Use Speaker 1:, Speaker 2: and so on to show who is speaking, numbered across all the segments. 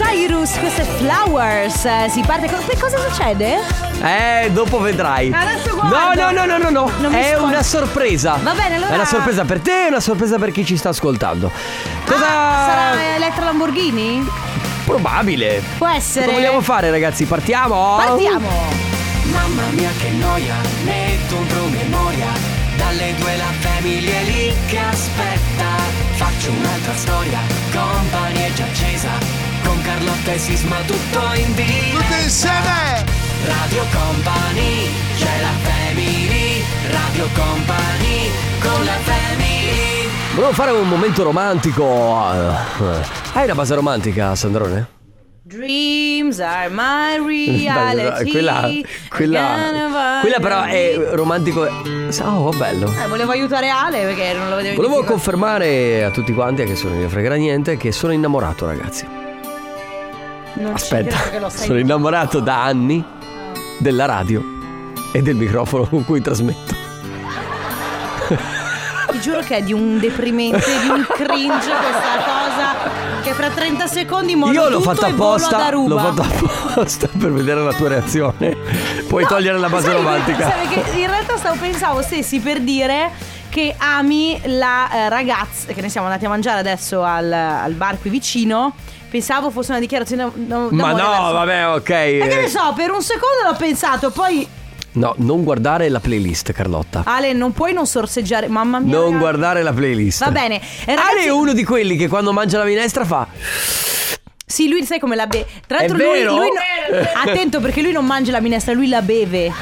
Speaker 1: Adams, queste flowers. eh, Si parte con. Poi cosa succede?
Speaker 2: Eh, dopo vedrai.
Speaker 1: Adesso
Speaker 2: No,
Speaker 1: guardo.
Speaker 2: no, no, no, no, no.
Speaker 1: Non mi
Speaker 2: È
Speaker 1: spoil-
Speaker 2: una sorpresa.
Speaker 1: Va bene, allora-
Speaker 2: È una sorpresa per te e una sorpresa per chi ci sta ascoltando. Cosa
Speaker 1: Ah, Sarà Elettra Lamborghini?
Speaker 2: probabile?
Speaker 1: Può essere.
Speaker 2: Cosa vogliamo fare, ragazzi? Partiamo?
Speaker 1: Partiamo!
Speaker 3: Mamma mia che noia, metto un promemoria Dalle due la famiglia è lì che aspetta Faccio un'altra storia, compagnie è già accesa Con Carlotta e Sisma tutto in diretta
Speaker 4: Tutti insieme!
Speaker 3: Radio Company, c'è la family Radio Company, con la family
Speaker 2: Volevo fare un momento romantico. Hai una base romantica, Sandrone?
Speaker 1: Dreams are my reality.
Speaker 2: Quella, quella,
Speaker 1: Again,
Speaker 2: quella però è romantico. Oh, bello.
Speaker 1: Eh, volevo aiutare Ale perché non lo vedevo in
Speaker 2: Volevo
Speaker 1: difficoltà.
Speaker 2: confermare a tutti quanti, che sono ne frega niente, che sono innamorato, ragazzi.
Speaker 1: Non ci credo che
Speaker 2: Aspetta,
Speaker 1: lo sai.
Speaker 2: sono innamorato da anni della radio e del microfono con cui trasmetto.
Speaker 1: Ti giuro che è di un deprimente, di un cringe questa cosa. Che fra 30 secondi mollo
Speaker 2: Io l'ho
Speaker 1: tutto
Speaker 2: fatto
Speaker 1: e volo ad
Speaker 2: apposta,
Speaker 1: Aruba.
Speaker 2: l'ho fatto apposta per vedere la tua reazione. Puoi
Speaker 1: No,
Speaker 2: togliere la base
Speaker 1: sai,
Speaker 2: romantica.
Speaker 1: sai che in realtà stavo pensavo stessi per dire che ami la eh, ragazza che ne siamo andati a mangiare adesso al, al bar qui vicino. Pensavo fosse una dichiarazione no- d'amore
Speaker 2: Ma no,
Speaker 1: verso-
Speaker 2: vabbè, ok.
Speaker 1: Ma che ne
Speaker 2: eh,
Speaker 1: so, per un secondo l'ho pensato, poi
Speaker 2: No, non guardare la playlist, Carlotta.
Speaker 1: Ale non puoi non sorseggiare, mamma mia.
Speaker 2: Non
Speaker 1: ragazzi.
Speaker 2: guardare la playlist.
Speaker 1: Va bene. Eh,
Speaker 2: Ale
Speaker 1: ragazzi-
Speaker 2: è uno di quelli che quando mangia la minestra fa.
Speaker 1: Sì, lui sai come la beve. Tra
Speaker 2: È
Speaker 1: l'altro lui,
Speaker 2: vero?
Speaker 1: lui no- attento perché lui non mangia la minestra, lui la beve.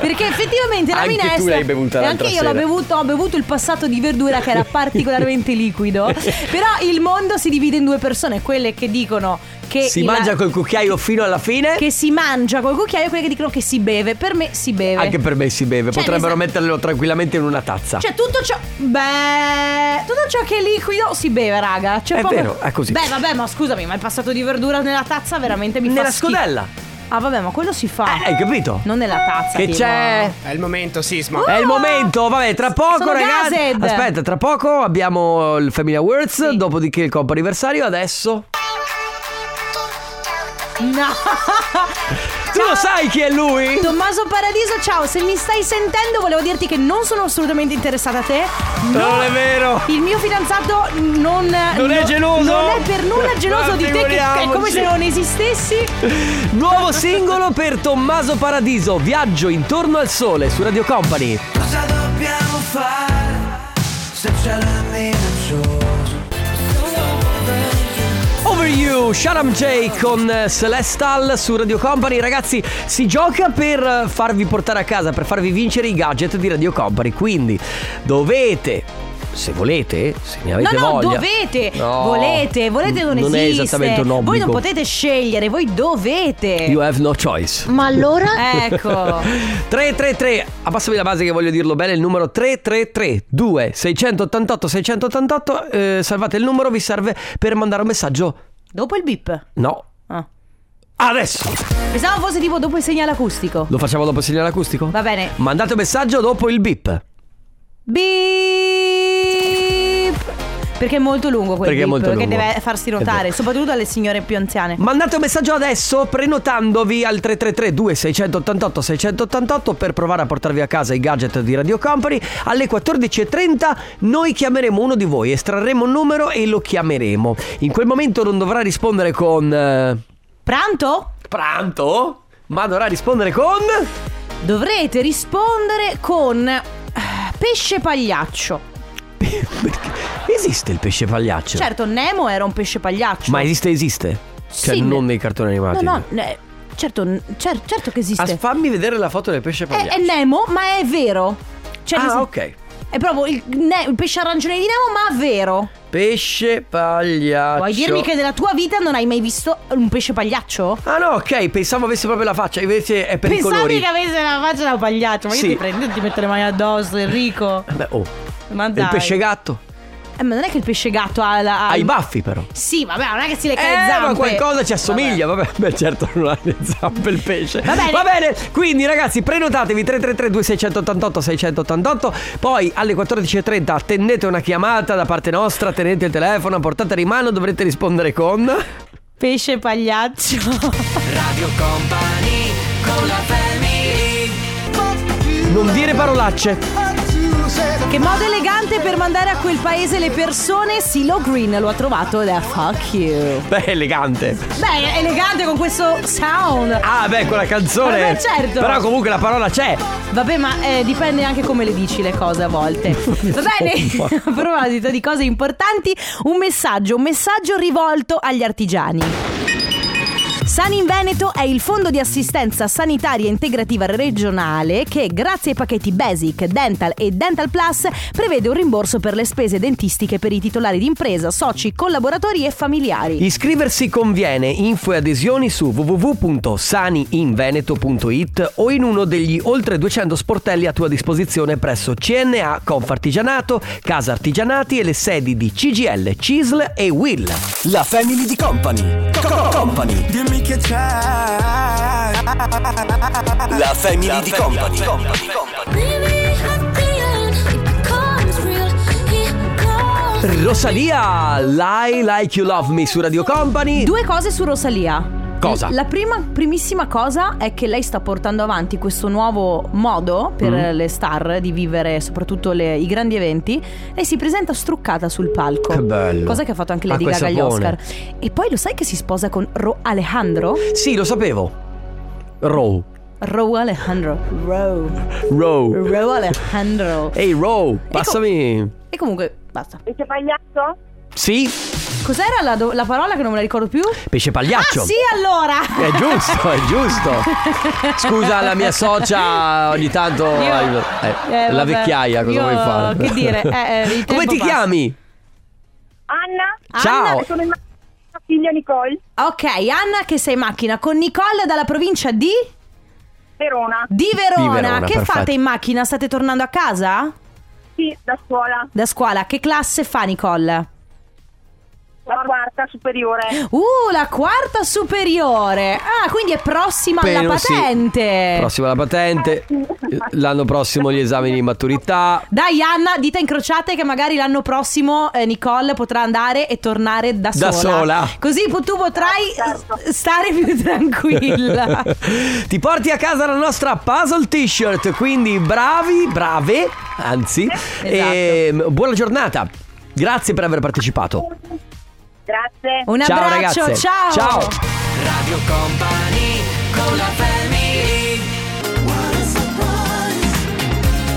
Speaker 1: Perché effettivamente la
Speaker 2: Anche tu
Speaker 1: minestra
Speaker 2: l'hai bevuta
Speaker 1: e
Speaker 2: l'altra
Speaker 1: anche io l'ho
Speaker 2: sera.
Speaker 1: bevuto, ho bevuto il passato di verdura che era particolarmente liquido. Però il mondo si divide in due persone, quelle che dicono che
Speaker 2: Si
Speaker 1: la-
Speaker 2: mangia col cucchiaio fino alla fine.
Speaker 1: che si mangia col cucchiaio e quelle che dicono che si beve. Per me si beve.
Speaker 2: Anche per me si beve.
Speaker 1: Cioè,
Speaker 2: Potrebbero
Speaker 1: nel
Speaker 2: metterlo tranquillamente in una tazza.
Speaker 1: Cioè tutto ciò Beh Tutto ciò che è liquido si beve raga Cioè,
Speaker 2: È
Speaker 1: proprio-
Speaker 2: vero, è così.
Speaker 1: Beh vabbè ma scusami Ma il passato di verdura nella tazza veramente mi
Speaker 2: Nella
Speaker 1: fa schifo.
Speaker 2: scodella.
Speaker 1: Ah vabbè ma quello si fa
Speaker 2: Eh, hai capito?
Speaker 1: Non nella tazza
Speaker 2: Che
Speaker 1: tipo.
Speaker 2: c'è?
Speaker 4: È il momento, Sisma.
Speaker 2: È il momento, vabbè, tra poco
Speaker 1: Sono
Speaker 2: ragazzi.
Speaker 1: gased.
Speaker 2: Aspetta, tra poco abbiamo il Family Awards,
Speaker 1: Sì.
Speaker 2: dopodiché il compo anniversario, adesso.
Speaker 1: No
Speaker 2: Tu lo sai chi è lui?
Speaker 1: Tommaso Paradiso ciao Se mi stai sentendo volevo dirti che non sono assolutamente interessata a te
Speaker 2: Non è vero.
Speaker 1: Il mio fidanzato non
Speaker 2: Non è geloso?
Speaker 1: Non è per nulla geloso
Speaker 2: Ma
Speaker 1: di te che è come
Speaker 2: figuriamoci.
Speaker 1: se non esistessi
Speaker 2: Nuovo singolo per Tommaso Paradiso, Viaggio intorno al sole su Radio Company.
Speaker 3: Cosa dobbiamo fare se c'è la minacciosa?
Speaker 2: Over You, Sharam J con eh, Celestal su Radio Company. Ragazzi, si gioca per eh, farvi portare a casa, per farvi vincere i gadget di Radio Company. Quindi dovete, se volete, se ne
Speaker 1: No,
Speaker 2: avete
Speaker 1: no,
Speaker 2: voglia.
Speaker 1: dovete,
Speaker 2: No,
Speaker 1: volete, volete non,
Speaker 2: Non è
Speaker 1: esiste.
Speaker 2: esattamente un obbligo.
Speaker 1: Voi non potete scegliere, voi dovete.
Speaker 2: You have no choice.
Speaker 5: Ma allora?
Speaker 1: Ecco.
Speaker 2: 333, abbassami la base che voglio dirlo bene, il numero 333 2688 688, eh, salvate il numero, vi serve per mandare un messaggio.
Speaker 1: Dopo il beep.
Speaker 2: No,
Speaker 1: Ah.
Speaker 2: adesso.
Speaker 1: Pensavo fosse tipo dopo il segnale acustico.
Speaker 2: Lo facciamo dopo il segnale acustico?
Speaker 1: Va bene.
Speaker 2: Mandate un messaggio dopo il beep.
Speaker 1: Beep. Perché è molto lungo quel
Speaker 2: Perché
Speaker 1: beep,
Speaker 2: è molto
Speaker 1: perché
Speaker 2: lungo.
Speaker 1: deve farsi
Speaker 2: È
Speaker 1: notare,
Speaker 2: vero.
Speaker 1: soprattutto alle signore più anziane.
Speaker 2: Mandate un messaggio adesso prenotandovi al 333 2688 688 per provare a portarvi a casa i gadget di Radio Company. Alle 14.30 noi chiameremo uno di voi, estrarremo un numero e lo chiameremo. In quel momento non dovrà rispondere con... eh,
Speaker 1: Pranto?
Speaker 2: pranto? Ma dovrà rispondere con...
Speaker 1: Dovrete rispondere con eh, pesce pagliaccio.
Speaker 2: Perché esiste il pesce pagliaccio?
Speaker 1: Certo, Nemo era un pesce pagliaccio.
Speaker 2: Ma esiste, esiste? Cioè
Speaker 1: Sì,
Speaker 2: non
Speaker 1: ne-
Speaker 2: nei cartoni animati.
Speaker 1: No, no, ne- certo, cer- certo che esiste.
Speaker 2: Ah, fammi vedere la foto del pesce
Speaker 1: È,
Speaker 2: pagliaccio.
Speaker 1: è Nemo, ma è vero. Cioè, nel
Speaker 2: ah,
Speaker 1: sen-
Speaker 2: ok.
Speaker 1: È proprio il, ne- il pesce arancione di Nemo, ma vero.
Speaker 2: Pesce pagliaccio.
Speaker 1: Vuoi dirmi che nella tua vita non hai mai visto un pesce pagliaccio?
Speaker 2: Ah no, ok, pensavo avesse proprio la faccia, invece è per i
Speaker 1: Pensavi
Speaker 2: colori.
Speaker 1: che avesse la faccia da pagliaccio, ma
Speaker 2: Sì.
Speaker 1: io ti prendo e ti metto le mani addosso, Enrico.
Speaker 2: Beh, oh.
Speaker 1: Ma
Speaker 2: È
Speaker 1: dai.
Speaker 2: il pesce gatto.
Speaker 1: Eh, ma non è che il pesce gatto ha la. ha-
Speaker 2: Ha i baffi però.
Speaker 1: Sì, vabbè, non è che si lecca le
Speaker 2: Eh,
Speaker 1: zampe.
Speaker 2: ma qualcosa ci assomiglia, vabbè. Beh, certo, non ha le zampe il pesce.
Speaker 1: Va bene.
Speaker 2: quindi ragazzi, prenotatevi 333 2688 688, poi alle 14:30 attendete una chiamata da parte nostra, tenete il telefono, portatela in mano, dovrete rispondere con
Speaker 1: Pesce pagliaccio.
Speaker 3: Radio Company con la family
Speaker 2: Non dire parolacce.
Speaker 1: che modo elegante per mandare a quel paese le persone. Silo Green lo ha trovato ed è fuck you.
Speaker 2: Beh, elegante.
Speaker 1: Beh, è elegante con questo sound.
Speaker 2: Ah, beh, quella canzone.
Speaker 1: Vabbè, certo.
Speaker 2: Però comunque la parola c'è.
Speaker 1: Vabbè, ma eh, dipende anche come le dici le cose a volte. Va bene, a proposito di cose importanti, un messaggio, un messaggio rivolto agli artigiani. San in Veneto è il fondo di assistenza sanitaria integrativa regionale che, grazie ai pacchetti Basic, Dental e Dental Plus, prevede un rimborso per le spese dentistiche per i titolari di impresa, soci, collaboratori e familiari.
Speaker 2: Iscriversi conviene, info e adesioni su www.saniinveneto.it o in uno degli oltre 200 sportelli a tua disposizione presso CNA, Confartigianato, Casa Artigianati e le sedi di CGL, CISL e WILL.
Speaker 5: La family di company. company.
Speaker 4: Dimmi che c'è.
Speaker 5: La family di company.
Speaker 2: Rosalia, Lie Like You Love Me su Radio Company.
Speaker 1: Due cose su Rosalia.
Speaker 2: Cosa?
Speaker 1: La prima, primissima cosa è che lei sta portando avanti questo nuovo modo per
Speaker 2: Mm.
Speaker 1: le star di vivere soprattutto le- i grandi eventi. Lei si presenta struccata sul palco.
Speaker 2: Che bello.
Speaker 1: Cosa che ha fatto anche Lady
Speaker 2: Acqua e
Speaker 1: Gaga agli
Speaker 2: sapone.
Speaker 1: Oscar. E poi lo sai che si sposa con Ro Alejandro?
Speaker 2: Sì, lo sapevo. Row.
Speaker 1: Ro Alejandro. Ro.
Speaker 2: Row.
Speaker 1: Ro Alejandro.
Speaker 2: Ehi, Row, passami.
Speaker 1: E comunque, basta.
Speaker 6: Pesce pagliaccio?
Speaker 2: Sì,
Speaker 1: Cos'era la, do- la parola che non me la ricordo più?
Speaker 2: pesce pagliaccio.
Speaker 1: Ah sì allora!
Speaker 2: È giusto, è giusto. Scusa la mia socia ogni tanto
Speaker 1: Io-
Speaker 2: eh,
Speaker 1: eh, vabbè,
Speaker 2: la vecchiaia, cosa
Speaker 1: io-
Speaker 2: vuoi fare?
Speaker 1: che dire, eh, eh, il
Speaker 2: Come
Speaker 1: tempo
Speaker 2: ti
Speaker 1: passa.
Speaker 2: chiami?
Speaker 6: Anna?
Speaker 1: Ah, oh.
Speaker 6: Eh,
Speaker 2: Ciao.
Speaker 6: Sono in macchina con mia figlia Nicole,
Speaker 1: Ok, Anna che sei in macchina con Nicole dalla provincia di,
Speaker 6: Verona.
Speaker 1: di Verona.
Speaker 2: Di Verona,
Speaker 1: che
Speaker 2: perfetto.
Speaker 1: fate in macchina? State tornando a casa?
Speaker 6: Sì, da scuola,
Speaker 1: Da scuola, che classe fa Nicole?
Speaker 6: la quarta superiore.
Speaker 1: Uh, la quarta superiore. Ah, quindi è prossima alla
Speaker 2: Bene, sì.
Speaker 1: patente.
Speaker 2: Prossima la patente. L'anno prossimo gli esami di maturità.
Speaker 1: Dai Anna, dita incrociate che magari l'anno prossimo eh, Nicole potrà andare e tornare da,
Speaker 2: Da sola.
Speaker 1: Così po- tu potrai
Speaker 6: Certo.
Speaker 1: s- stare più tranquilla.
Speaker 2: Ti porti a casa la nostra puzzle t-shirt, quindi bravi, brave, anzi.
Speaker 1: Esatto.
Speaker 2: E, buona giornata. Grazie per aver partecipato.
Speaker 6: Grazie.
Speaker 1: Un
Speaker 2: ciao
Speaker 1: abbraccio,
Speaker 2: ragazze.
Speaker 1: ciao.
Speaker 2: Ciao.
Speaker 3: Radio Company con la family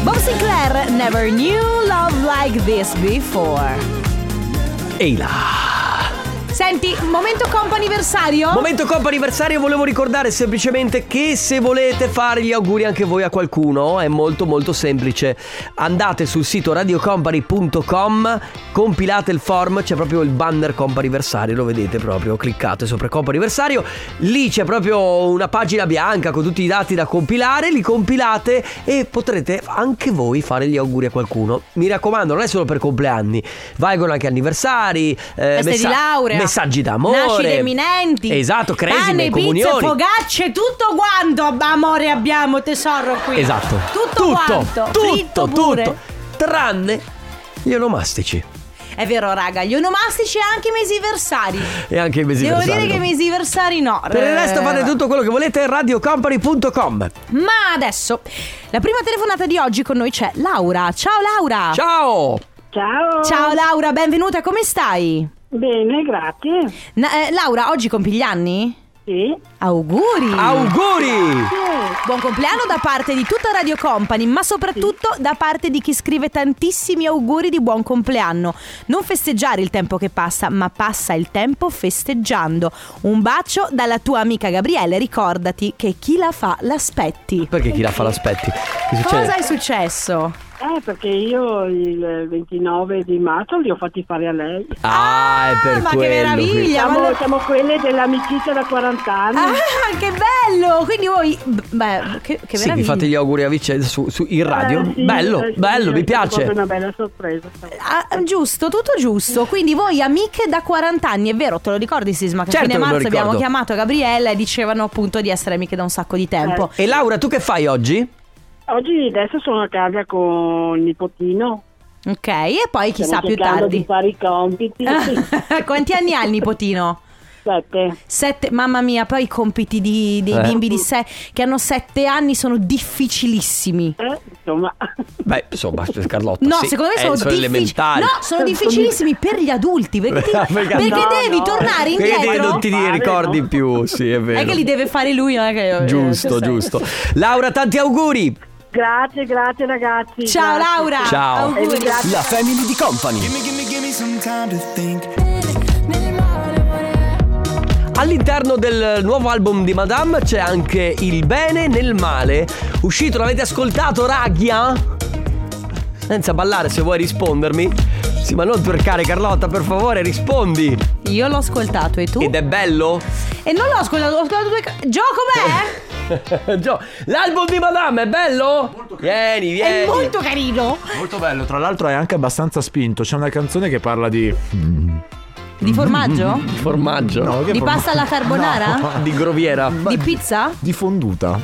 Speaker 1: Bob Sinclair never knew love like this before.
Speaker 2: Ehi là.
Speaker 1: Senti, momento comp anniversario.
Speaker 2: Momento Coppa anniversario, volevo ricordare semplicemente che se volete fare gli auguri anche voi a qualcuno è molto molto semplice. Andate sul sito radiocompany.com, compilate il form, c'è proprio il banner Coppa anniversario, lo vedete proprio, cliccate sopra Coppa anniversario, lì c'è proprio una pagina bianca con tutti i dati da compilare, li compilate e potrete anche voi fare gli auguri a qualcuno. Mi raccomando, non è solo per compleanni, valgono anche anniversari, eh,
Speaker 1: Feste di
Speaker 2: messa-
Speaker 1: laurea.
Speaker 2: messaggi d'amore,
Speaker 1: Nascite imminenti.
Speaker 2: Esatto, cresime,
Speaker 1: Pane, pizze,
Speaker 2: comunioni.
Speaker 1: fogacce, tutto quanto ab- amore abbiamo tesoro qui.
Speaker 2: Esatto.
Speaker 1: Tutto, quanto.
Speaker 2: Tutto,
Speaker 1: fritto pure.
Speaker 2: tutto. Tranne gli onomastici.
Speaker 1: È vero, raga, gli onomastici e anche i mesiversari.
Speaker 2: E anche i mesi
Speaker 1: Devo
Speaker 2: versari,
Speaker 1: dire che
Speaker 2: no?
Speaker 1: i mesiversari no.
Speaker 2: Per il resto
Speaker 1: Eh, Ah.
Speaker 2: fate tutto quello che volete radiocompany.com.
Speaker 1: Ma adesso la prima telefonata di oggi con noi c'è Laura. Ciao Laura.
Speaker 2: Ciao!
Speaker 7: Ciao.
Speaker 1: Ciao, Laura, benvenuta, come stai?
Speaker 7: Bene, grazie.
Speaker 1: Na- eh, Laura, oggi compi gli anni?
Speaker 7: Sì.
Speaker 1: Auguri!
Speaker 2: Auguri!
Speaker 1: Buon compleanno da parte di tutta Radio Company, ma soprattutto da parte di chi scrive tantissimi auguri di buon compleanno. Non festeggiare il tempo che passa, ma passa il tempo festeggiando. Un bacio dalla tua amica Gabriele, ricordati che chi la fa l'aspetti.
Speaker 2: Perché chi la fa l'aspetti? Che
Speaker 1: Cosa
Speaker 2: succede?
Speaker 1: è successo?
Speaker 7: Eh, perché io il 29 di marzo li ho fatti fare a lei.
Speaker 2: Ah, è per
Speaker 1: ma
Speaker 2: quello.
Speaker 1: che
Speaker 2: quindi.
Speaker 1: meraviglia! ma
Speaker 7: Siamo,
Speaker 1: allora-
Speaker 7: siamo quelle dell'amicizia da 40
Speaker 2: Mm.
Speaker 7: anni.
Speaker 1: Ah, che bello! Quindi voi... Beh, che, che
Speaker 2: Sì, vi
Speaker 1: meraviglia.
Speaker 2: fate gli auguri a Vicenza su, su- in radio.
Speaker 7: Eh, sì,
Speaker 2: bello,
Speaker 7: eh, sì,
Speaker 2: bello,
Speaker 7: è
Speaker 2: mi
Speaker 7: stata proprio
Speaker 2: piace.
Speaker 7: una bella sorpresa.
Speaker 1: Ah, giusto, tutto giusto. Quindi voi amiche da 40 anni, è vero, te lo ricordi Sisma? Che
Speaker 2: Certo
Speaker 1: a fine
Speaker 2: che me lo
Speaker 1: marzo abbiamo
Speaker 2: ricordo.
Speaker 1: chiamato Gabriella e dicevano appunto di essere amiche da un sacco di tempo.
Speaker 2: E Laura, tu che fai oggi?
Speaker 7: Oggi adesso sono a casa con il nipotino.
Speaker 1: Ok, e poi chissà
Speaker 7: Stiamo
Speaker 1: più
Speaker 7: cercando
Speaker 1: tardi.
Speaker 7: di fare i compiti.
Speaker 1: Quanti anni ha il nipotino?
Speaker 7: Sette.
Speaker 1: Sette, mamma mia, poi i compiti di- dei
Speaker 2: Eh.
Speaker 1: bimbi di sé che hanno sette anni sono difficilissimi.
Speaker 7: Eh, insomma,
Speaker 2: Beh, insomma, Carlotta.
Speaker 1: No,
Speaker 2: sì,
Speaker 1: secondo me
Speaker 2: eh,
Speaker 1: sono, difficili.
Speaker 2: elementari.
Speaker 1: No, sono difficilissimi per gli adulti perché, ti-
Speaker 2: Perché-
Speaker 1: perché
Speaker 7: No,
Speaker 1: devi
Speaker 7: no.
Speaker 1: tornare
Speaker 2: Quindi non
Speaker 1: indietro.
Speaker 2: ti
Speaker 7: Pare,
Speaker 2: ricordi
Speaker 7: no?
Speaker 2: più, sì, è vero.
Speaker 1: È che li deve fare lui, non è che-
Speaker 2: Giusto,
Speaker 1: eh,
Speaker 2: giusto. Laura, tanti auguri.
Speaker 7: grazie, grazie ragazzi.
Speaker 1: Ciao
Speaker 7: grazie.
Speaker 1: Laura.
Speaker 2: Ciao.
Speaker 1: Auguri.
Speaker 5: La Family di Company.
Speaker 3: Gimme, gimme, gimme some time to think.
Speaker 2: All'interno del nuovo album di Madame c'è anche Il bene nel male. Uscito, l'avete ascoltato, Ragghia? Senza ballare, se vuoi rispondermi. Sì, ma non twercare, Carlotta, per favore, rispondi.
Speaker 1: Io l'ho ascoltato e tu?
Speaker 2: Ed è bello?
Speaker 1: E non l'ho ascoltato, ho ascoltato due. ca- Gio
Speaker 2: Eh,
Speaker 1: com'è?
Speaker 2: Gio, l'album di Madame è bello? vieni,
Speaker 1: È
Speaker 2: vieni.
Speaker 1: molto carino.
Speaker 8: Molto bello, tra l'altro è anche abbastanza spinto. C'è una canzone che parla di.
Speaker 1: Di
Speaker 2: Mm,
Speaker 1: formaggio?
Speaker 2: Formaggio.
Speaker 8: No, che
Speaker 1: Di
Speaker 8: forma-
Speaker 1: pasta alla carbonara?
Speaker 8: No,
Speaker 2: Di groviera.
Speaker 1: Di pizza?
Speaker 8: Di fonduta.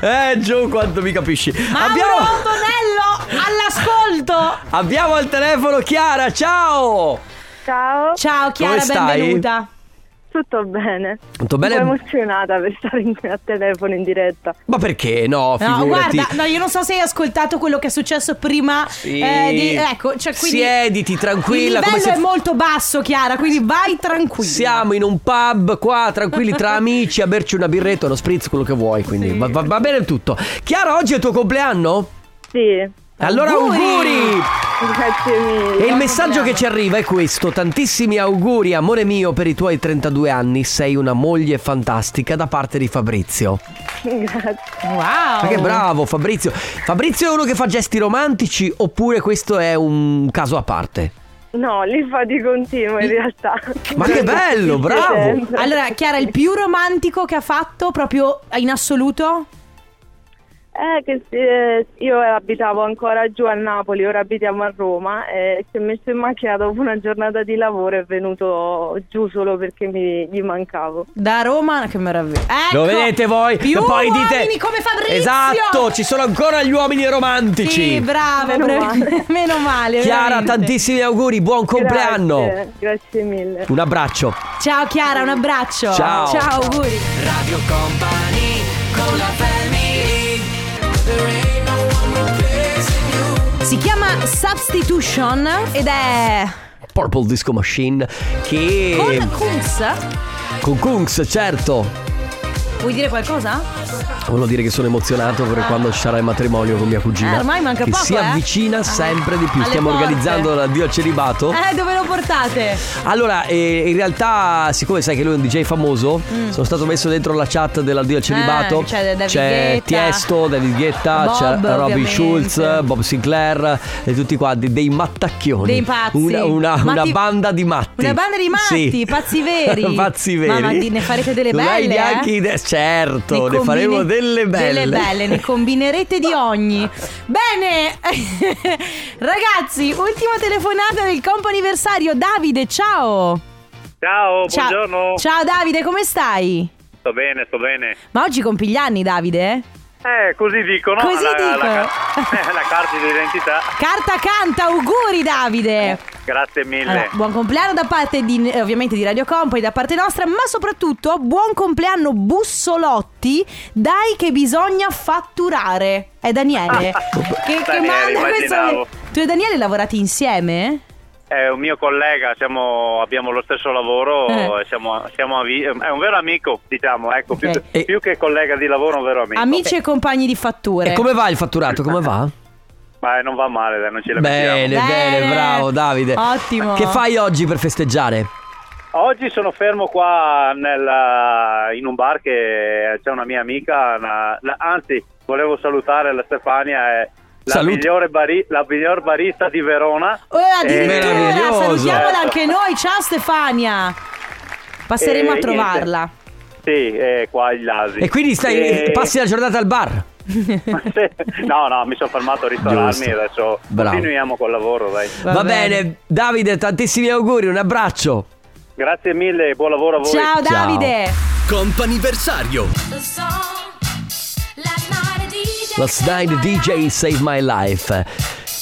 Speaker 2: Eh, Gio, quanto mi capisci.
Speaker 1: Mauro Antonello all'ascolto.
Speaker 2: abbiamo al telefono Chiara, ciao.
Speaker 6: Ciao,
Speaker 1: Ciao Chiara,
Speaker 2: Come stai?
Speaker 1: benvenuta.
Speaker 6: tutto bene.
Speaker 2: Tutto bene?
Speaker 6: Sono emozionata per stare in- a telefono in diretta.
Speaker 2: Ma perché no?
Speaker 1: No,
Speaker 2: Figurati.
Speaker 1: guarda, no, io non so se hai ascoltato quello che è successo prima.
Speaker 2: Sì.
Speaker 1: eh, di- ecco, cioè quindi.
Speaker 2: Siediti tranquilla.
Speaker 1: Il
Speaker 2: come
Speaker 1: livello
Speaker 2: se
Speaker 1: è molto basso, Chiara, quindi vai tranquilla.
Speaker 2: Siamo in un pub qua, tranquilli tra amici, a berci una birretta, uno spritz, quello che vuoi. Quindi va, va- va bene tutto. Chiara, oggi è il tuo compleanno?
Speaker 6: Sì,
Speaker 2: Allora
Speaker 1: Auguri!
Speaker 2: auguri!
Speaker 6: grazie mille.
Speaker 2: E il messaggio che ci arriva è questo: tantissimi auguri, amore mio, per i tuoi 32 anni. Sei una moglie fantastica da parte di Fabrizio.
Speaker 1: Wow.
Speaker 2: Ma
Speaker 1: Oh.
Speaker 2: che bravo, Fabrizio. Fabrizio è uno che fa gesti romantici, oppure questo è un caso a parte?
Speaker 1: Ecco,
Speaker 6: No, li fa di continuo in realtà.
Speaker 2: Ma che bello, bravo!
Speaker 6: sempre.
Speaker 1: Allora, Chiara, il più romantico che ha fatto proprio in assoluto?
Speaker 6: Eh, che sì, eh, io abitavo ancora giù a Napoli, ora abitiamo a Roma e si è messo in macchina dopo una giornata di lavoro e è venuto giù solo perché mi, gli mancavo.
Speaker 1: Da Roma, che meraviglia. Ecco,
Speaker 2: Lo vedete voi?
Speaker 1: Più
Speaker 2: e poi dite...
Speaker 1: uomini come Fabrizio.
Speaker 2: Esatto, ci sono ancora gli uomini romantici.
Speaker 1: Sì, bravo.
Speaker 6: Meno
Speaker 1: bra-
Speaker 6: male.
Speaker 1: Meno male.
Speaker 2: Chiara,
Speaker 1: veramente.
Speaker 2: tantissimi auguri, buon compleanno.
Speaker 6: Grazie, grazie mille.
Speaker 2: Un abbraccio.
Speaker 1: Ciao Chiara, un abbraccio.
Speaker 2: Ciao.
Speaker 1: Ciao, auguri. Si chiama Substitution ed è
Speaker 2: Purple Disco Machine che
Speaker 1: con Kunz.
Speaker 2: con Kunks, certo.
Speaker 1: Vuoi dire qualcosa?
Speaker 2: Volevo dire che sono emozionato per quando ci sarà il matrimonio con mia cugina.
Speaker 1: Ah. Eh, ormai manca
Speaker 2: che
Speaker 1: poco,
Speaker 2: si
Speaker 1: eh.
Speaker 2: avvicina sempre di più.
Speaker 1: Alle
Speaker 2: Stiamo
Speaker 1: porte.
Speaker 2: organizzando l'addio al celibato.
Speaker 1: Eh, dove lo portate?
Speaker 2: Allora, eh, in realtà, siccome sai che lui è un DJ famoso, sono stato messo dentro la chat dell'addio al celibato.
Speaker 1: Mm. Ah, c'è David
Speaker 2: C'è
Speaker 1: Guetta.
Speaker 2: Tiesto, David Guetta,
Speaker 1: Bob,
Speaker 2: c'è Robin
Speaker 1: ovviamente.
Speaker 2: Schulz, Bob Sinclair e tutti quanti, dei mattacchioni.
Speaker 1: Dei pazzi.
Speaker 2: Una, una-
Speaker 1: Matti-
Speaker 2: una banda di matti.
Speaker 1: Una banda di matti,
Speaker 2: Sì.
Speaker 1: pazzi veri.
Speaker 2: pazzi veri.
Speaker 1: Mamma, di- ne farete delle
Speaker 2: Non hai
Speaker 1: belle, eh?
Speaker 2: neanche idea. Certo, ne,
Speaker 1: combine-
Speaker 2: faremo delle belle.
Speaker 1: Delle belle, ne combinerete di ogni. Bene, ragazzi, ultima telefonata del compo anniversario. Davide, ciao.
Speaker 9: Ciao,
Speaker 1: Ciao.
Speaker 9: buongiorno.
Speaker 1: Ciao Davide, come stai?
Speaker 9: Sto bene, sto bene.
Speaker 1: Ma oggi compi gli anni, Davide?
Speaker 9: Eh, così dicono.
Speaker 1: Così
Speaker 9: la, la-
Speaker 1: dicono.
Speaker 9: La, car- la carta d'identità.
Speaker 1: Carta canta, auguri Davide.
Speaker 9: Grazie mille.
Speaker 1: Eh. Allora, buon compleanno da parte di, eh, ovviamente di Radio Company, da parte nostra, ma soprattutto buon compleanno Bussolotti, dai che bisogna fatturare. È Daniele. che,
Speaker 9: Ah, Daniele, immaginavo.
Speaker 1: Tu e Daniele lavorate insieme?
Speaker 9: È Eh, un mio collega, siamo- abbiamo lo stesso lavoro,
Speaker 1: Eh.
Speaker 9: siamo, siamo avi- è un vero amico, diciamo, ecco, più,
Speaker 1: Ok.
Speaker 9: che, più che collega di lavoro, un vero amico.
Speaker 1: Amici e compagni di fatture.
Speaker 2: E come va il fatturato? Come va?
Speaker 9: Ma non va male, dai, non ce la
Speaker 2: Bene,
Speaker 9: mettiamo.
Speaker 2: bene,
Speaker 1: Bene.
Speaker 2: bravo Davide.
Speaker 1: Ottimo.
Speaker 2: Che fai oggi per festeggiare?
Speaker 9: Oggi sono fermo qua nel- eh, in un bar che c'è una mia amica, una- la- anzi volevo salutare la Stefania, è la
Speaker 2: Salut-
Speaker 9: miglior, bari- la miglior barista di Verona.
Speaker 1: Oh, addirittura,
Speaker 2: Eh, Meraviglioso.
Speaker 1: salutiamola anche noi. Ciao Stefania. Passeremo a
Speaker 9: Eh, niente.
Speaker 1: trovarla.
Speaker 9: Sì, eh, qua il Lasi.
Speaker 2: E quindi stai,
Speaker 9: Eh,
Speaker 2: passi la giornata al bar?
Speaker 9: sì. No, no, mi sono fermato a ristorarmi
Speaker 2: Giusto.
Speaker 9: e adesso
Speaker 2: Bravo.
Speaker 9: continuiamo col lavoro, dai.
Speaker 2: Va, bene. Davide, tantissimi auguri, un abbraccio.
Speaker 9: Grazie mille, e buon lavoro a voi.
Speaker 1: Ciao Davide.
Speaker 2: Comp'anniversario. Last night the DJ saved my life.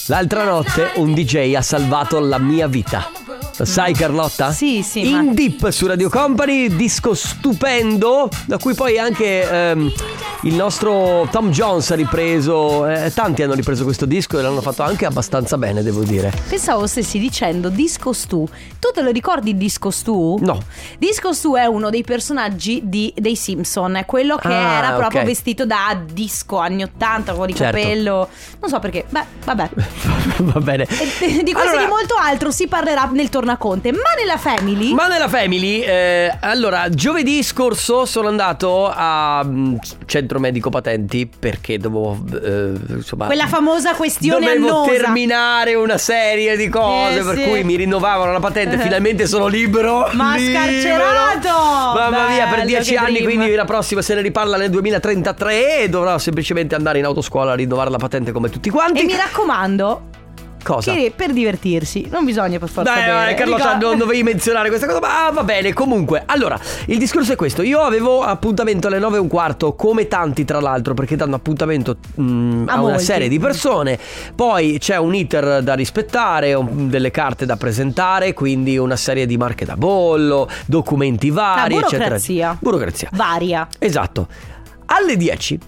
Speaker 2: L'altra notte un DJ ha salvato la mia vita. Lo sai Carlotta?
Speaker 1: Sì, sì,
Speaker 2: In
Speaker 1: ma-
Speaker 2: Deep su Radio Company, disco stupendo, da cui poi anche ehm, il nostro Tom Jones ha ripreso, eh, tanti hanno ripreso questo disco e l'hanno fatto anche abbastanza bene, devo dire.
Speaker 1: Pensavo stessi dicendo Disco Stu. Tu te lo ricordi Disco Stu?
Speaker 2: No.
Speaker 1: Disco Stu è uno dei personaggi di- dei Simpson, è quello che
Speaker 2: Ah,
Speaker 1: era proprio
Speaker 2: ok.
Speaker 1: vestito da disco anni 80 con il
Speaker 2: Certo.
Speaker 1: capello. Non so perché. Beh, vabbè.
Speaker 2: Va bene.
Speaker 1: E Eh, di questo e di
Speaker 2: Allora-
Speaker 1: molto altro si parlerà nel tornaconte, ma nella family
Speaker 2: Ma nella family, eh, allora, giovedì scorso sono andato a mm, centro medico patenti perché dovevo, eh, insomma...
Speaker 1: quella famosa questione
Speaker 2: Dovevo
Speaker 1: annosa.
Speaker 2: terminare una serie di cose
Speaker 1: Eh,
Speaker 2: per
Speaker 1: sì.
Speaker 2: cui mi rinnovavano la patente, finalmente sono libero.
Speaker 1: Ma
Speaker 2: libero.
Speaker 1: scarcerato!
Speaker 2: Mamma mia, per
Speaker 1: Bello,
Speaker 2: dieci
Speaker 1: che
Speaker 2: anni,
Speaker 1: dream.
Speaker 2: quindi la prossima se ne riparla nel 2033 e dovrò semplicemente andare in autoscuola a rinnovare la patente come tutti quanti.
Speaker 1: E mi raccomando
Speaker 2: Cosa?
Speaker 1: che per divertirsi non bisogna per forza
Speaker 2: Dai,
Speaker 1: bere.
Speaker 2: dai, Carlotta,
Speaker 1: Ricorda-
Speaker 2: non dovevi menzionare questa cosa, ma ah, va bene. Comunque, allora, il discorso è questo: io avevo appuntamento alle 9 e un quarto, come tanti tra l'altro, perché danno appuntamento mm,
Speaker 1: A
Speaker 2: a, una
Speaker 1: molti.
Speaker 2: serie di persone. Poi c'è un iter da rispettare, un- delle carte da presentare, quindi una serie di marche da bollo, documenti vari,
Speaker 1: burocrazia.
Speaker 2: eccetera. Burocrazia.
Speaker 1: Varia.
Speaker 2: Esatto. Alle 10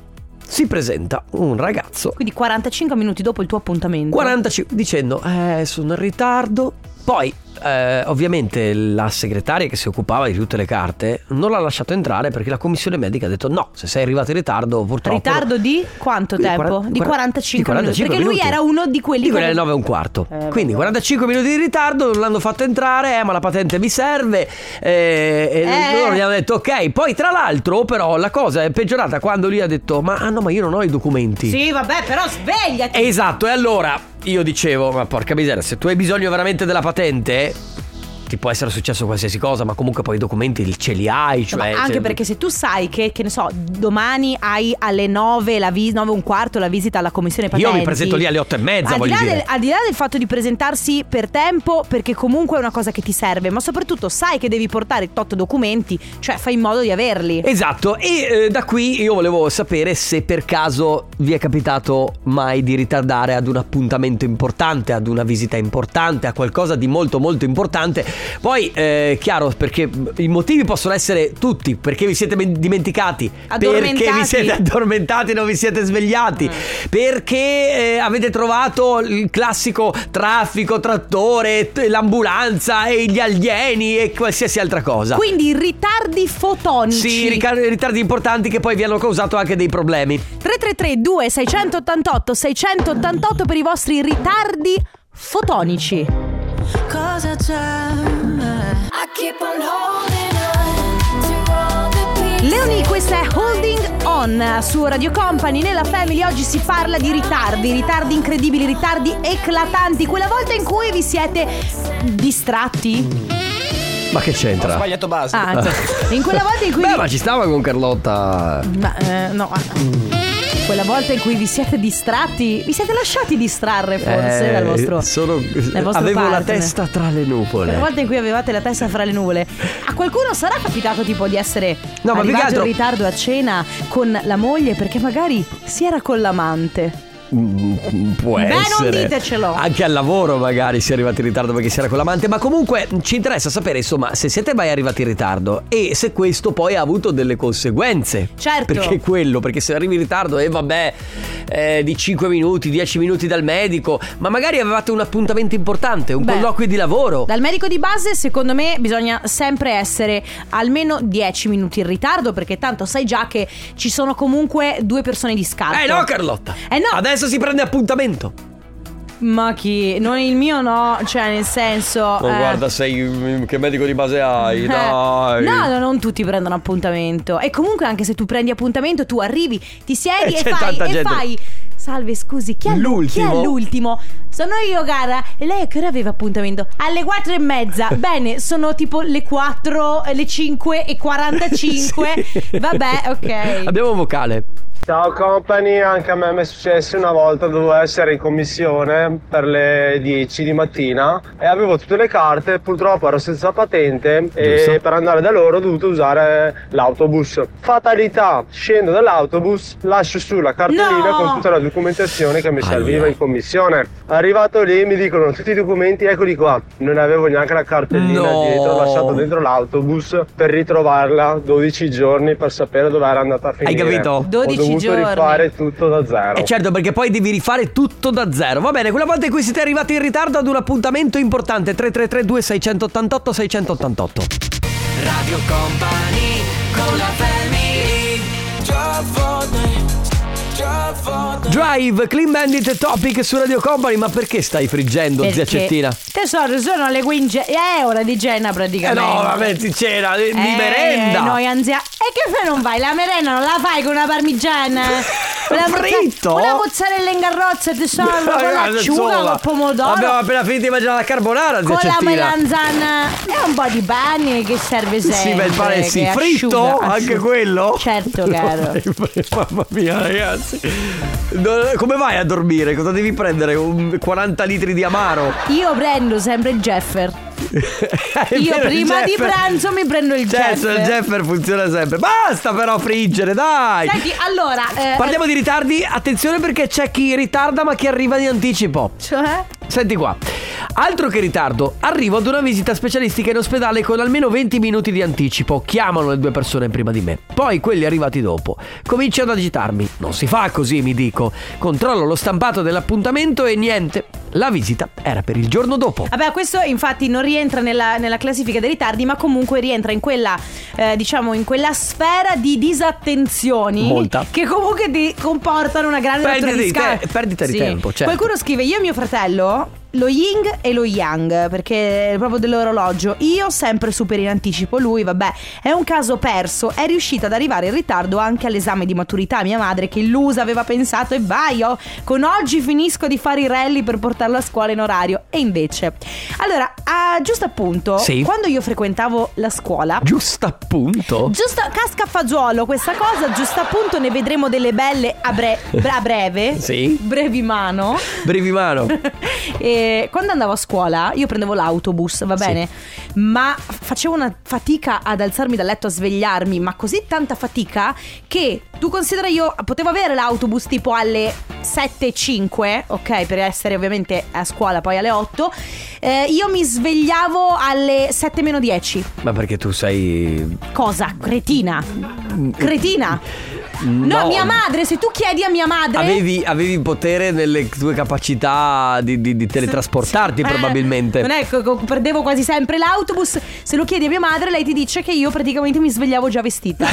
Speaker 2: si presenta un ragazzo
Speaker 1: Quindi 45 minuti dopo il tuo appuntamento.
Speaker 2: 45 dicendo eh sono in ritardo poi eh, ovviamente la segretaria che si occupava di tutte le carte non l'ha lasciato entrare perché la commissione medica ha detto no se sei arrivato in ritardo purtroppo
Speaker 1: Ritardo di quanto
Speaker 2: Di
Speaker 1: tempo?
Speaker 2: quaran-
Speaker 1: di 45,
Speaker 2: di 45
Speaker 1: minuti. Perché lui
Speaker 2: minuti.
Speaker 1: era uno di quelli
Speaker 2: di quelli
Speaker 1: che- Eh,
Speaker 2: alle 9 e un quarto
Speaker 1: vabbè.
Speaker 2: quindi 45 minuti di ritardo non l'hanno fatto entrare eh ma la patente mi serve eh, e
Speaker 1: Eh.
Speaker 2: loro gli hanno detto ok poi tra l'altro però la cosa è peggiorata quando lui ha detto ma ah no ma io non ho i documenti
Speaker 1: Sì, vabbè, però svegliati.
Speaker 2: Esatto, e allora io dicevo, ma porca miseria, se tu hai bisogno veramente della patente, ti può essere successo qualsiasi cosa, ma comunque poi i documenti ce li hai,
Speaker 1: No, ma
Speaker 2: cioè...
Speaker 1: anche
Speaker 2: cioè-
Speaker 1: perché se tu sai che, che ne so, domani hai alle 9, la vis- 9 e un quarto la visita alla commissione
Speaker 2: Io mi
Speaker 1: patenti
Speaker 2: presento lì alle otto e mezza,
Speaker 1: al di,
Speaker 2: voglio
Speaker 1: là
Speaker 2: dire.
Speaker 1: del, al di là del fatto di presentarsi per tempo, perché comunque è una cosa che ti serve, ma soprattutto sai che devi portare tot documenti, cioè fai in modo di averli.
Speaker 2: Esatto, e eh, da qui io volevo sapere se per caso vi è capitato mai di ritardare ad un appuntamento importante, ad una visita importante, a qualcosa di molto molto importante. Poi, eh, chiaro, perché mh, i motivi possono essere tutti, perché vi siete men- dimenticati, perché vi
Speaker 1: Addormentati.
Speaker 2: siete addormentati, non vi siete svegliati, perché eh, avete trovato il classico traffico, trattore, t- l'ambulanza e gli alieni e qualsiasi altra cosa.
Speaker 1: Quindi ritardi fotonici.
Speaker 2: Sì, rica- ritardi importanti che poi vi hanno causato anche dei problemi.
Speaker 1: 333 2688 688 per i vostri ritardi fotonici.
Speaker 3: Cosa c'è?
Speaker 1: Leoni, questa è Holding On su Radio Company. Nella Family oggi si parla di ritardi, ritardi incredibili, ritardi eclatanti. Quella volta in cui vi siete
Speaker 2: Mm.
Speaker 1: distratti.
Speaker 2: Ma che c'entra?
Speaker 5: Sbagliato base.
Speaker 1: Ah, in quella volta in cui.
Speaker 2: Beh, ma ci stava con Carlotta.
Speaker 1: Ma, eh, no. Quella volta in cui vi siete distratti, vi siete lasciati distrarre forse
Speaker 2: Eh,
Speaker 1: dal vostro.
Speaker 2: sono-
Speaker 1: dal vostro
Speaker 2: avevo la
Speaker 1: partner.
Speaker 2: testa tra le
Speaker 1: Quella
Speaker 2: nuvole.
Speaker 1: volta in cui avevate la testa fra le nuvole, a qualcuno sarà capitato tipo di essere
Speaker 2: No, ma più che
Speaker 1: arrivato
Speaker 2: altro-
Speaker 1: in ritardo a cena con la moglie perché magari si era con l'amante.
Speaker 2: Mm, Può
Speaker 1: Beh, non
Speaker 2: essere.
Speaker 1: ditecelo.
Speaker 2: Anche al lavoro magari si è arrivati in ritardo perché si era con l'amante. Ma comunque mh, ci interessa sapere, insomma, se siete mai arrivati in ritardo e se questo poi ha avuto delle conseguenze.
Speaker 1: Certo.
Speaker 2: Perché quello, perché se arrivi in ritardo e vabbè, eh, di 5 minuti, 10 minuti dal medico, ma magari avevate un appuntamento importante, un
Speaker 1: Beh.
Speaker 2: colloquio di lavoro. Eh,
Speaker 1: Dal medico di base, secondo me, bisogna sempre essere almeno 10 minuti in ritardo perché tanto sai già che ci sono comunque due persone di scarto.
Speaker 2: Eh no Carlotta!
Speaker 1: Eh no.
Speaker 2: Adesso si prende appuntamento!
Speaker 1: Ma chi? Non il mio no, cioè nel senso... eh,
Speaker 2: Oh, sei mm, che medico di base hai,
Speaker 1: Eh, No, no, non tutti prendono appuntamento. E comunque, anche se tu prendi appuntamento, tu arrivi, ti siedi
Speaker 2: E
Speaker 1: e,
Speaker 2: Eh, c'è
Speaker 1: fai,
Speaker 2: tanta
Speaker 1: e
Speaker 2: gente.
Speaker 1: fai. Salve, scusi, chi è l'u-
Speaker 2: L'ultimo.
Speaker 1: Chi è l'ultimo? Sono io, cara. E lei a che ora aveva appuntamento? Alle 4 e mezza. Bene, sono tipo le 4, le 5 e 45. Vabbè, ok.
Speaker 2: Abbiamo un vocale.
Speaker 10: Ciao company, anche a me mi è successo una volta, dovevo essere in commissione per le 10 di mattina e avevo tutte le carte, purtroppo ero senza patente e
Speaker 11: Eh,
Speaker 12: Giusto.
Speaker 10: per andare da loro ho dovuto usare l'autobus. Fatalità, scendo dall'autobus, lascio su la cartolina
Speaker 1: No!
Speaker 10: con tutta la documentazione che mi serviva in commissione. Arrivato lì mi dicono tutti i documenti, eccoli qua, non avevo neanche la cartellina
Speaker 2: No!
Speaker 10: dietro, ho lasciato dentro l'autobus per ritrovarla 12 giorni per sapere dove era andata a finire.
Speaker 2: Hai capito? 12
Speaker 10: Ho dovuto
Speaker 2: giorni.
Speaker 10: rifare tutto da zero.
Speaker 2: E certo, perché poi devi rifare tutto da zero. Va bene, quella volta in cui siete arrivati in ritardo ad un appuntamento importante 3332 688 688.
Speaker 3: Radio Company con la family
Speaker 2: Drive, Clean Bandit e Topic su Radio Company, ma perché stai friggendo, zia
Speaker 1: Perché-
Speaker 2: Cettina?
Speaker 1: Tesoro, sono le 15. È ora di cena
Speaker 2: Eh
Speaker 1: praticamente.
Speaker 2: no, vabbè, sincera, di
Speaker 1: Eh,
Speaker 2: merenda.
Speaker 1: Noi anziani. E che fai non vai? La merenda non la fai con una parmigiana? Una
Speaker 2: Fritto?
Speaker 1: Una mozzarella in carrozza, tesoro, con l'acciuga,
Speaker 2: Insomma,
Speaker 1: col pomodoro.
Speaker 2: Abbiamo appena finito di mangiare la carbonara,
Speaker 1: Con
Speaker 2: zia
Speaker 1: la
Speaker 2: Cettina.
Speaker 1: melanzana e un po' di pane che serve sempre.
Speaker 2: Sì, beh, il pane sì.
Speaker 1: che
Speaker 2: Fritto?
Speaker 1: asciuga, asciuga.
Speaker 2: Anche quello?
Speaker 1: Certo, caro.
Speaker 2: Mamma mia, ragazzi. No, Come vai a dormire? Cosa devi prendere? Un 40 litri di amaro?
Speaker 1: Io prendo sempre il Jeffer. Io
Speaker 2: vero, il
Speaker 1: prima di
Speaker 2: Jeffer.
Speaker 1: pranzo mi prendo il
Speaker 2: Certo, il Jeffer funziona sempre. Basta però friggere, dai.
Speaker 1: Senti, allora. eh,
Speaker 2: Parliamo di ritardi, attenzione perché c'è chi ritarda ma chi arriva di anticipo.
Speaker 1: Cioè?
Speaker 2: Senti qua, altro che ritardo, arrivo ad una visita specialistica in ospedale con almeno 20 minuti di anticipo, chiamano le due persone prima di me, poi quelli arrivati dopo, comincio ad agitarmi, non si fa così mi dico, controllo lo stampato dell'appuntamento e niente, la visita era per il giorno dopo.
Speaker 1: Vabbè, questo infatti non rientra nella, nella classifica dei ritardi, ma comunque rientra in quella, eh, diciamo, in quella sfera di disattenzioni
Speaker 2: Molta.
Speaker 1: che comunque ti comportano una grande
Speaker 2: Perdita
Speaker 1: rottura
Speaker 2: di
Speaker 1: scatole.
Speaker 2: te- perdita di tempo, certo.
Speaker 1: Qualcuno scrive: Io e mio fratello. Lo yin e lo yang, perché è proprio dell'orologio. Io sempre super in anticipo, lui, vabbè, è un caso perso. È riuscita ad arrivare in ritardo anche all'esame di maturità. Mia madre, che illusa, aveva pensato: e vai, oh, con oggi finisco di fare i rally per portarlo a scuola in orario. E invece, allora, a giusto appunto,
Speaker 2: Sì.
Speaker 1: quando io frequentavo la scuola,
Speaker 2: Giusto appunto.
Speaker 1: Giusto, casca a fagiolo questa cosa, giusto appunto ne vedremo delle belle a, bre- bra- a breve.
Speaker 2: Sì.
Speaker 1: Brevi mano.
Speaker 2: Brevimano.
Speaker 1: E quando andavo a scuola io prendevo l'autobus, va bene, ma facevo una fatica ad alzarmi dal letto a svegliarmi, ma così tanta fatica che tu considera io potevo avere l'autobus tipo alle 7.05, ok, per essere ovviamente a scuola poi alle 8, eh, io mi svegliavo alle 7 meno 10.
Speaker 2: Ma perché tu sei...
Speaker 1: Cosa? Cretina? Cretina? No, mia madre, se tu chiedi a mia madre...
Speaker 2: Avevi, avevi potere nelle tue capacità di, di- di teletrasportarti
Speaker 1: Eh,
Speaker 2: probabilmente.
Speaker 1: Non è che co- perdevo quasi sempre l'autobus. Se lo chiedi a mia madre, lei ti dice che io praticamente mi svegliavo già vestita.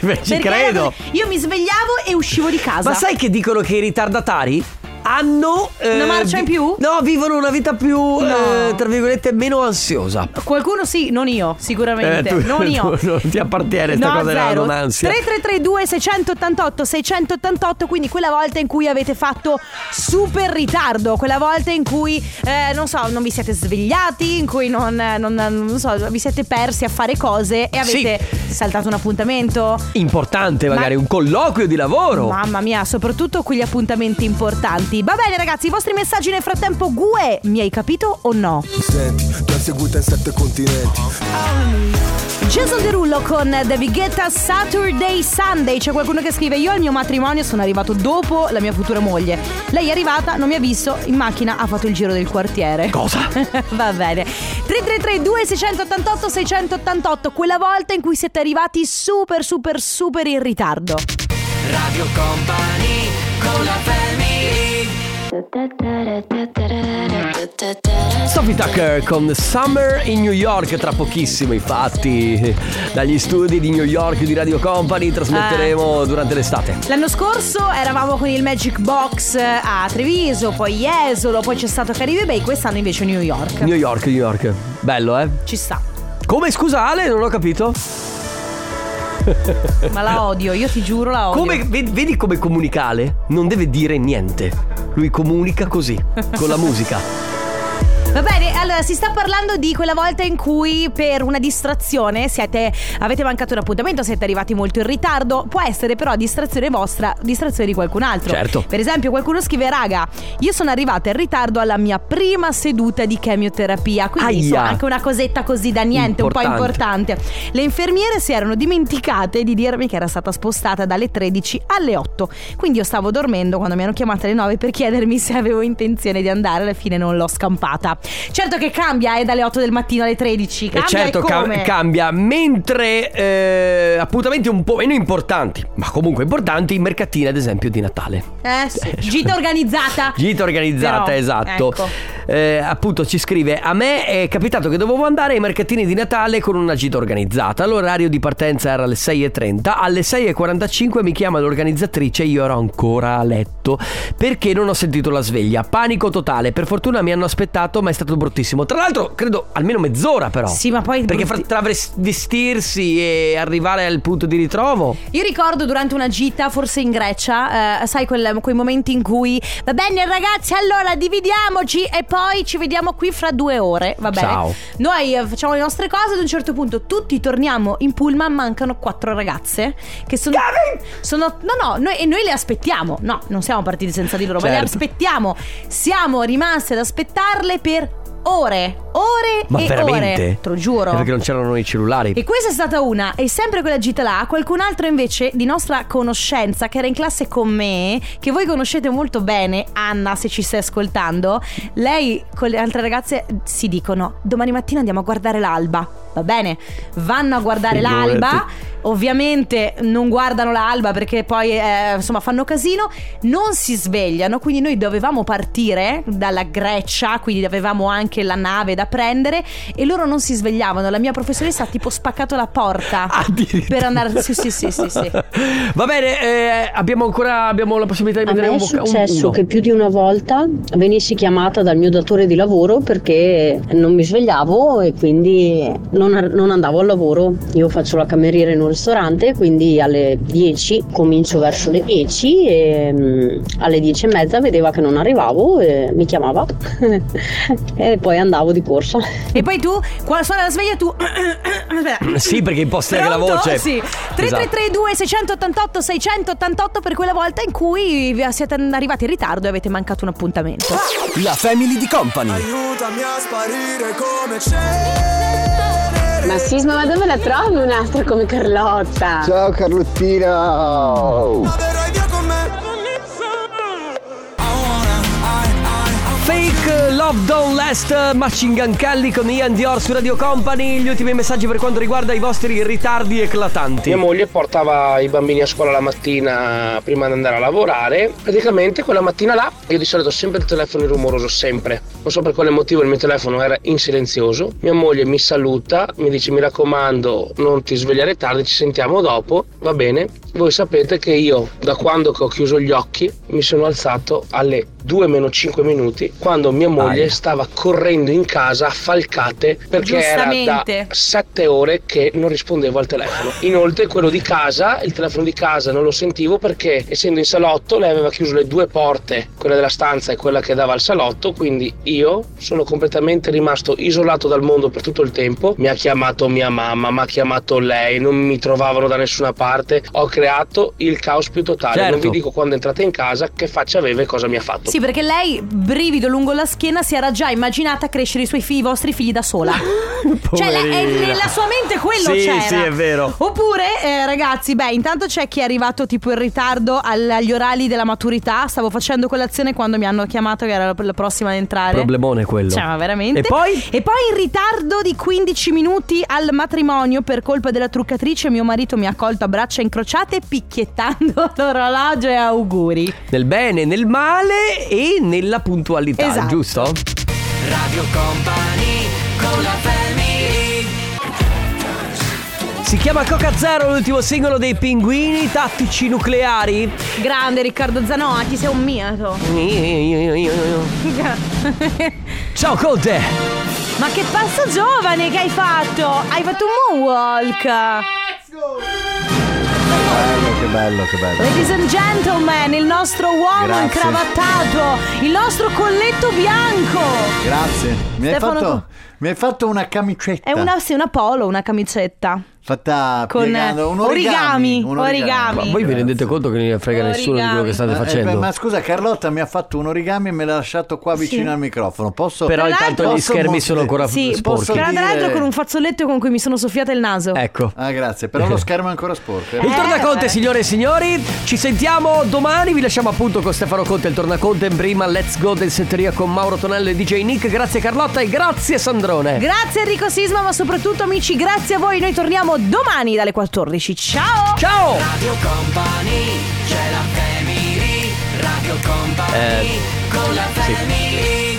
Speaker 2: Beh, Ci
Speaker 1: Perché era
Speaker 2: credo.
Speaker 1: così. Io mi svegliavo e uscivo di casa.
Speaker 2: Ma sai che dicono che i ritardatari hanno... eh,
Speaker 1: Una marcia in
Speaker 2: vi-
Speaker 1: più?
Speaker 2: No, vivono una vita più, eh, tra virgolette, meno ansiosa.
Speaker 1: Qualcuno sì, non io,
Speaker 2: Eh,
Speaker 1: sicuramente.
Speaker 2: tu-
Speaker 1: non io.
Speaker 2: tu non ti appartiene sta
Speaker 1: No,
Speaker 2: cosa della
Speaker 1: zero.
Speaker 2: non ansia.
Speaker 1: 3332 688 688 quindi quella volta in cui avete fatto super ritardo quella volta in cui eh, non so non vi siete svegliati in cui non, eh, non- non so vi siete persi a fare cose e avete saltato un appuntamento
Speaker 2: Importante magari
Speaker 1: Ma-
Speaker 2: un colloquio di lavoro.
Speaker 1: Mamma mia, soprattutto quegli appuntamenti importanti. Va bene ragazzi, i vostri messaggi nel frattempo, Gue, mi hai capito o no?
Speaker 13: Senti, l'ho seguita in sette continenti.
Speaker 1: Jason Derulo con David Guetta Saturday Sunday. C'è qualcuno che scrive: Io al mio matrimonio sono arrivato dopo la mia futura moglie. Lei è arrivata, non mi ha visto, in macchina ha fatto il giro del quartiere.
Speaker 2: Cosa?
Speaker 1: Va bene. 3332 688 688, quella volta in cui siete arrivati super super super in ritardo.
Speaker 3: Radio Company con la family
Speaker 2: Sophie Tucker con Summer in New York tra pochissimo infatti dagli studi di New York di Radio Company
Speaker 1: Eh.
Speaker 2: trasmetteremo durante l'estate.
Speaker 1: L'anno scorso eravamo con il Magic Box eh, a Treviso, poi Jesolo, poi c'è stato Caribe Bay, quest'anno invece New York.
Speaker 2: New York, New York. Bello, eh?
Speaker 1: Ci sta.
Speaker 2: Come scusa Ale, non ho capito.
Speaker 1: Ma la odio, io ti giuro la odio.
Speaker 2: Come, vedi, vedi come comunica Ale? Non deve dire niente. Lui comunica così, con la musica.
Speaker 1: Va bene, allora si sta parlando di quella volta in cui per una distrazione siete, avete mancato un appuntamento, siete arrivati molto in ritardo, può essere però distrazione vostra, distrazione di qualcun altro.
Speaker 2: Certo.
Speaker 1: Per esempio qualcuno scrive, raga, io sono arrivata in ritardo alla mia prima seduta di chemioterapia, quindi
Speaker 2: Aia.
Speaker 1: insomma anche una cosetta così da niente, un po'
Speaker 2: Importante.
Speaker 1: importante. Le infermiere si erano dimenticate di dirmi che era stata spostata dalle 13 alle 8, quindi io stavo dormendo quando mi hanno chiamato alle 9 per chiedermi se avevo intenzione di andare, alla fine non l'ho scampata. Certo che cambia, è dalle 8 del mattino alle 13,
Speaker 2: E
Speaker 1: cambia
Speaker 2: certo
Speaker 1: e
Speaker 2: ca-
Speaker 1: come?
Speaker 2: cambia, mentre eh, appuntamenti un po' meno importanti, ma comunque importanti, i mercatini ad esempio di Natale.
Speaker 1: eh, sì. Gita organizzata.
Speaker 2: Gita organizzata,
Speaker 1: Però,
Speaker 2: esatto.
Speaker 1: ecco.
Speaker 2: Eh, appunto ci scrive, a me è capitato che dovevo andare ai mercatini di Natale con una gita organizzata. L'orario di partenza era alle 6.30, alle 6.45 mi chiama l'organizzatrice, io ero ancora a letto perché non ho sentito la sveglia. Panico totale, per fortuna mi hanno aspettato ma è stato bruttissimo. Tra l'altro credo almeno mezz'ora però.
Speaker 1: Sì, ma poi
Speaker 2: Perché fra travestirsi e arrivare al punto di ritrovo...
Speaker 1: Io ricordo durante una gita, forse in Grecia, eh, sai quel- quei momenti in cui va bene ragazzi, allora dividiamoci e poi ci vediamo qui fra due ore, va bene?
Speaker 2: Ciao.
Speaker 1: Noi eh, facciamo le nostre cose, ad un certo punto tutti torniamo in pullman, mancano quattro ragazze che sono... sono no, no, noi, e noi le aspettiamo, no, non siamo partiti senza di loro, ma le
Speaker 2: Certo.
Speaker 1: aspettiamo, siamo rimaste ad aspettarle per... Ore, ore
Speaker 2: Ma
Speaker 1: e
Speaker 2: veramente?
Speaker 1: ore, te lo giuro.
Speaker 2: È Perché non c'erano i cellulari.
Speaker 1: E questa è stata una, e sempre quella gita là, qualcun altro invece di nostra conoscenza che era in classe con me, che voi conoscete molto bene, Anna se ci stai ascoltando, lei con le altre ragazze si dicono domani mattina andiamo a guardare l'alba, va bene? Vanno a guardare
Speaker 2: Figurati.
Speaker 1: l'alba, ovviamente non guardano l'alba perché poi eh, insomma fanno casino, non si svegliano, quindi noi dovevamo partire dalla Grecia, quindi avevamo anche la nave da prendere e loro non si svegliavano, la mia professoressa ha tipo spaccato la porta Ah,
Speaker 2: Ah.
Speaker 1: per andare sì sì sì sì, sì.
Speaker 2: Va bene, eh, abbiamo ancora abbiamo la possibilità di
Speaker 12: A
Speaker 2: mettere
Speaker 12: me
Speaker 2: un
Speaker 12: è
Speaker 2: bocca- un-
Speaker 12: successo
Speaker 2: uno.
Speaker 12: che più di una volta venissi chiamata dal mio datore di lavoro perché non mi svegliavo e quindi non, non andavo al lavoro. Io faccio la cameriera in un ristorante, quindi alle 10 comincio verso le 10 e mm, alle 10 e mezza vedeva che non arrivavo e mi chiamava e poi andavo di corsa.
Speaker 1: E poi tu, quando suona la sveglia tu Aspetta.
Speaker 2: Sì, perché imposti anche la
Speaker 1: Pronto?
Speaker 2: voce.
Speaker 1: Sì.
Speaker 2: Esatto.
Speaker 1: 3332 688 688 per quella volta in cui vi siete arrivati in ritardo e avete mancato un appuntamento.
Speaker 5: La family di company.
Speaker 13: Aiutami a sparire come c'è.
Speaker 14: Ma Sisma, ma dove la trovi un'altra come Carlotta? Ciao Carlottina!
Speaker 2: Fake Love Don't Last Machine Gun Kelly con Ian Dior su Radio Company. Gli ultimi messaggi per quanto riguarda i vostri ritardi eclatanti.
Speaker 15: Mia moglie portava i bambini a scuola la mattina prima di andare a lavorare. Praticamente quella mattina là io di solito ho sempre il telefono in rumoroso, sempre. Non so per quale motivo il mio telefono era in silenzioso. Mia moglie mi saluta, mi dice mi raccomando non ti svegliare tardi, ci sentiamo dopo, va bene. Voi sapete che io da quando che ho chiuso gli occhi mi sono alzato alle 2 meno 5 minuti quando mia moglie stava correndo in casa a falcate perché era da
Speaker 1: Giustamente.
Speaker 15: sette ore che non rispondevo al telefono. Inoltre quello di casa, il telefono di casa non lo sentivo perché essendo in salotto lei aveva chiuso le due porte, quella della stanza e quella che dava al salotto, quindi io sono completamente rimasto isolato dal mondo per tutto il tempo. Mi ha chiamato mia mamma, mi ha chiamato lei, non mi trovavano da nessuna parte, ho creato il caos più totale. Non
Speaker 2: Certo.
Speaker 15: vi dico quando è entrata in casa che faccia aveva e cosa mi ha fatto.
Speaker 1: Sì, perché lei, brivido lungo la schiena, si era già immaginata crescere i suoi figli, i vostri figli da sola. cioè, le- è-
Speaker 2: Poverina.
Speaker 1: nella sua mente quello
Speaker 2: Sì,
Speaker 1: c'era.
Speaker 2: sì, è vero.
Speaker 1: Oppure, eh, ragazzi, beh, intanto c'è chi è arrivato tipo in ritardo al- agli orali della maturità. Stavo facendo colazione quando mi hanno chiamato che era la, la prossima ad entrare.
Speaker 2: Problemone quello.
Speaker 1: Cioè, ma veramente.
Speaker 2: E poi?
Speaker 1: E poi in ritardo di 15 minuti al matrimonio per colpa della truccatrice, mio marito mi ha colto a braccia incrociate picchiettando l'orologio e auguri.
Speaker 2: Nel bene, nel male e nella puntualità,
Speaker 1: Esatto.
Speaker 2: giusto?
Speaker 3: Radio Company con la family
Speaker 2: Si chiama Coca Zero, l'ultimo singolo dei Pinguini Tattici Nucleari.
Speaker 1: Grande Riccardo Zanotti, sei un miato.
Speaker 2: Ciao Conte!
Speaker 1: Ma che passo giovane che hai fatto! Hai fatto un moonwalk!
Speaker 11: Bello che bello, che bello.
Speaker 1: Ladies and gentlemen, il nostro uomo
Speaker 11: Grazie.
Speaker 1: incravattato, il nostro colletto bianco.
Speaker 11: Grazie. Mi hai,
Speaker 1: Stefano,
Speaker 11: fatto, mi hai fatto una camicetta.
Speaker 1: È una, sì, una polo, una camicetta.
Speaker 11: Fatta
Speaker 1: con
Speaker 11: piegando, un
Speaker 1: origami,
Speaker 11: origami. un
Speaker 1: origami.
Speaker 2: Ma voi vi rendete conto che non ne frega nessuno di quello che state
Speaker 11: Ma- eh, beh,
Speaker 2: facendo?
Speaker 11: ma scusa, Carlotta mi ha fatto un origami e me l'ha lasciato qua vicino al microfono. Posso
Speaker 2: Però Tra intanto l'altro- gli
Speaker 11: posso
Speaker 2: schermi
Speaker 11: mo-
Speaker 2: sono ancora
Speaker 1: Sì,
Speaker 11: posso
Speaker 1: tra
Speaker 11: dire-
Speaker 1: l'altro con un fazzoletto con cui mi sono soffiata il naso.
Speaker 2: Ecco.
Speaker 11: Ah, grazie, però lo schermo è ancora sporco. eh.
Speaker 2: Il Tornaconte, signore e signori, ci sentiamo domani. Vi lasciamo appunto con Stefano Conte, il Tornaconte. In prima, let's go del Setteria con Mauro Tonello e DJ Nick. Grazie Carlotta e grazie Sandrone.
Speaker 1: Grazie Enrico Sisma, ma soprattutto amici, grazie a voi. Noi torniamo domani dalle 14. Ciao!
Speaker 2: Ciao!
Speaker 3: Radio Company, c'è la family, Radio Company,
Speaker 2: Eh,
Speaker 3: con la
Speaker 2: sì.
Speaker 3: family.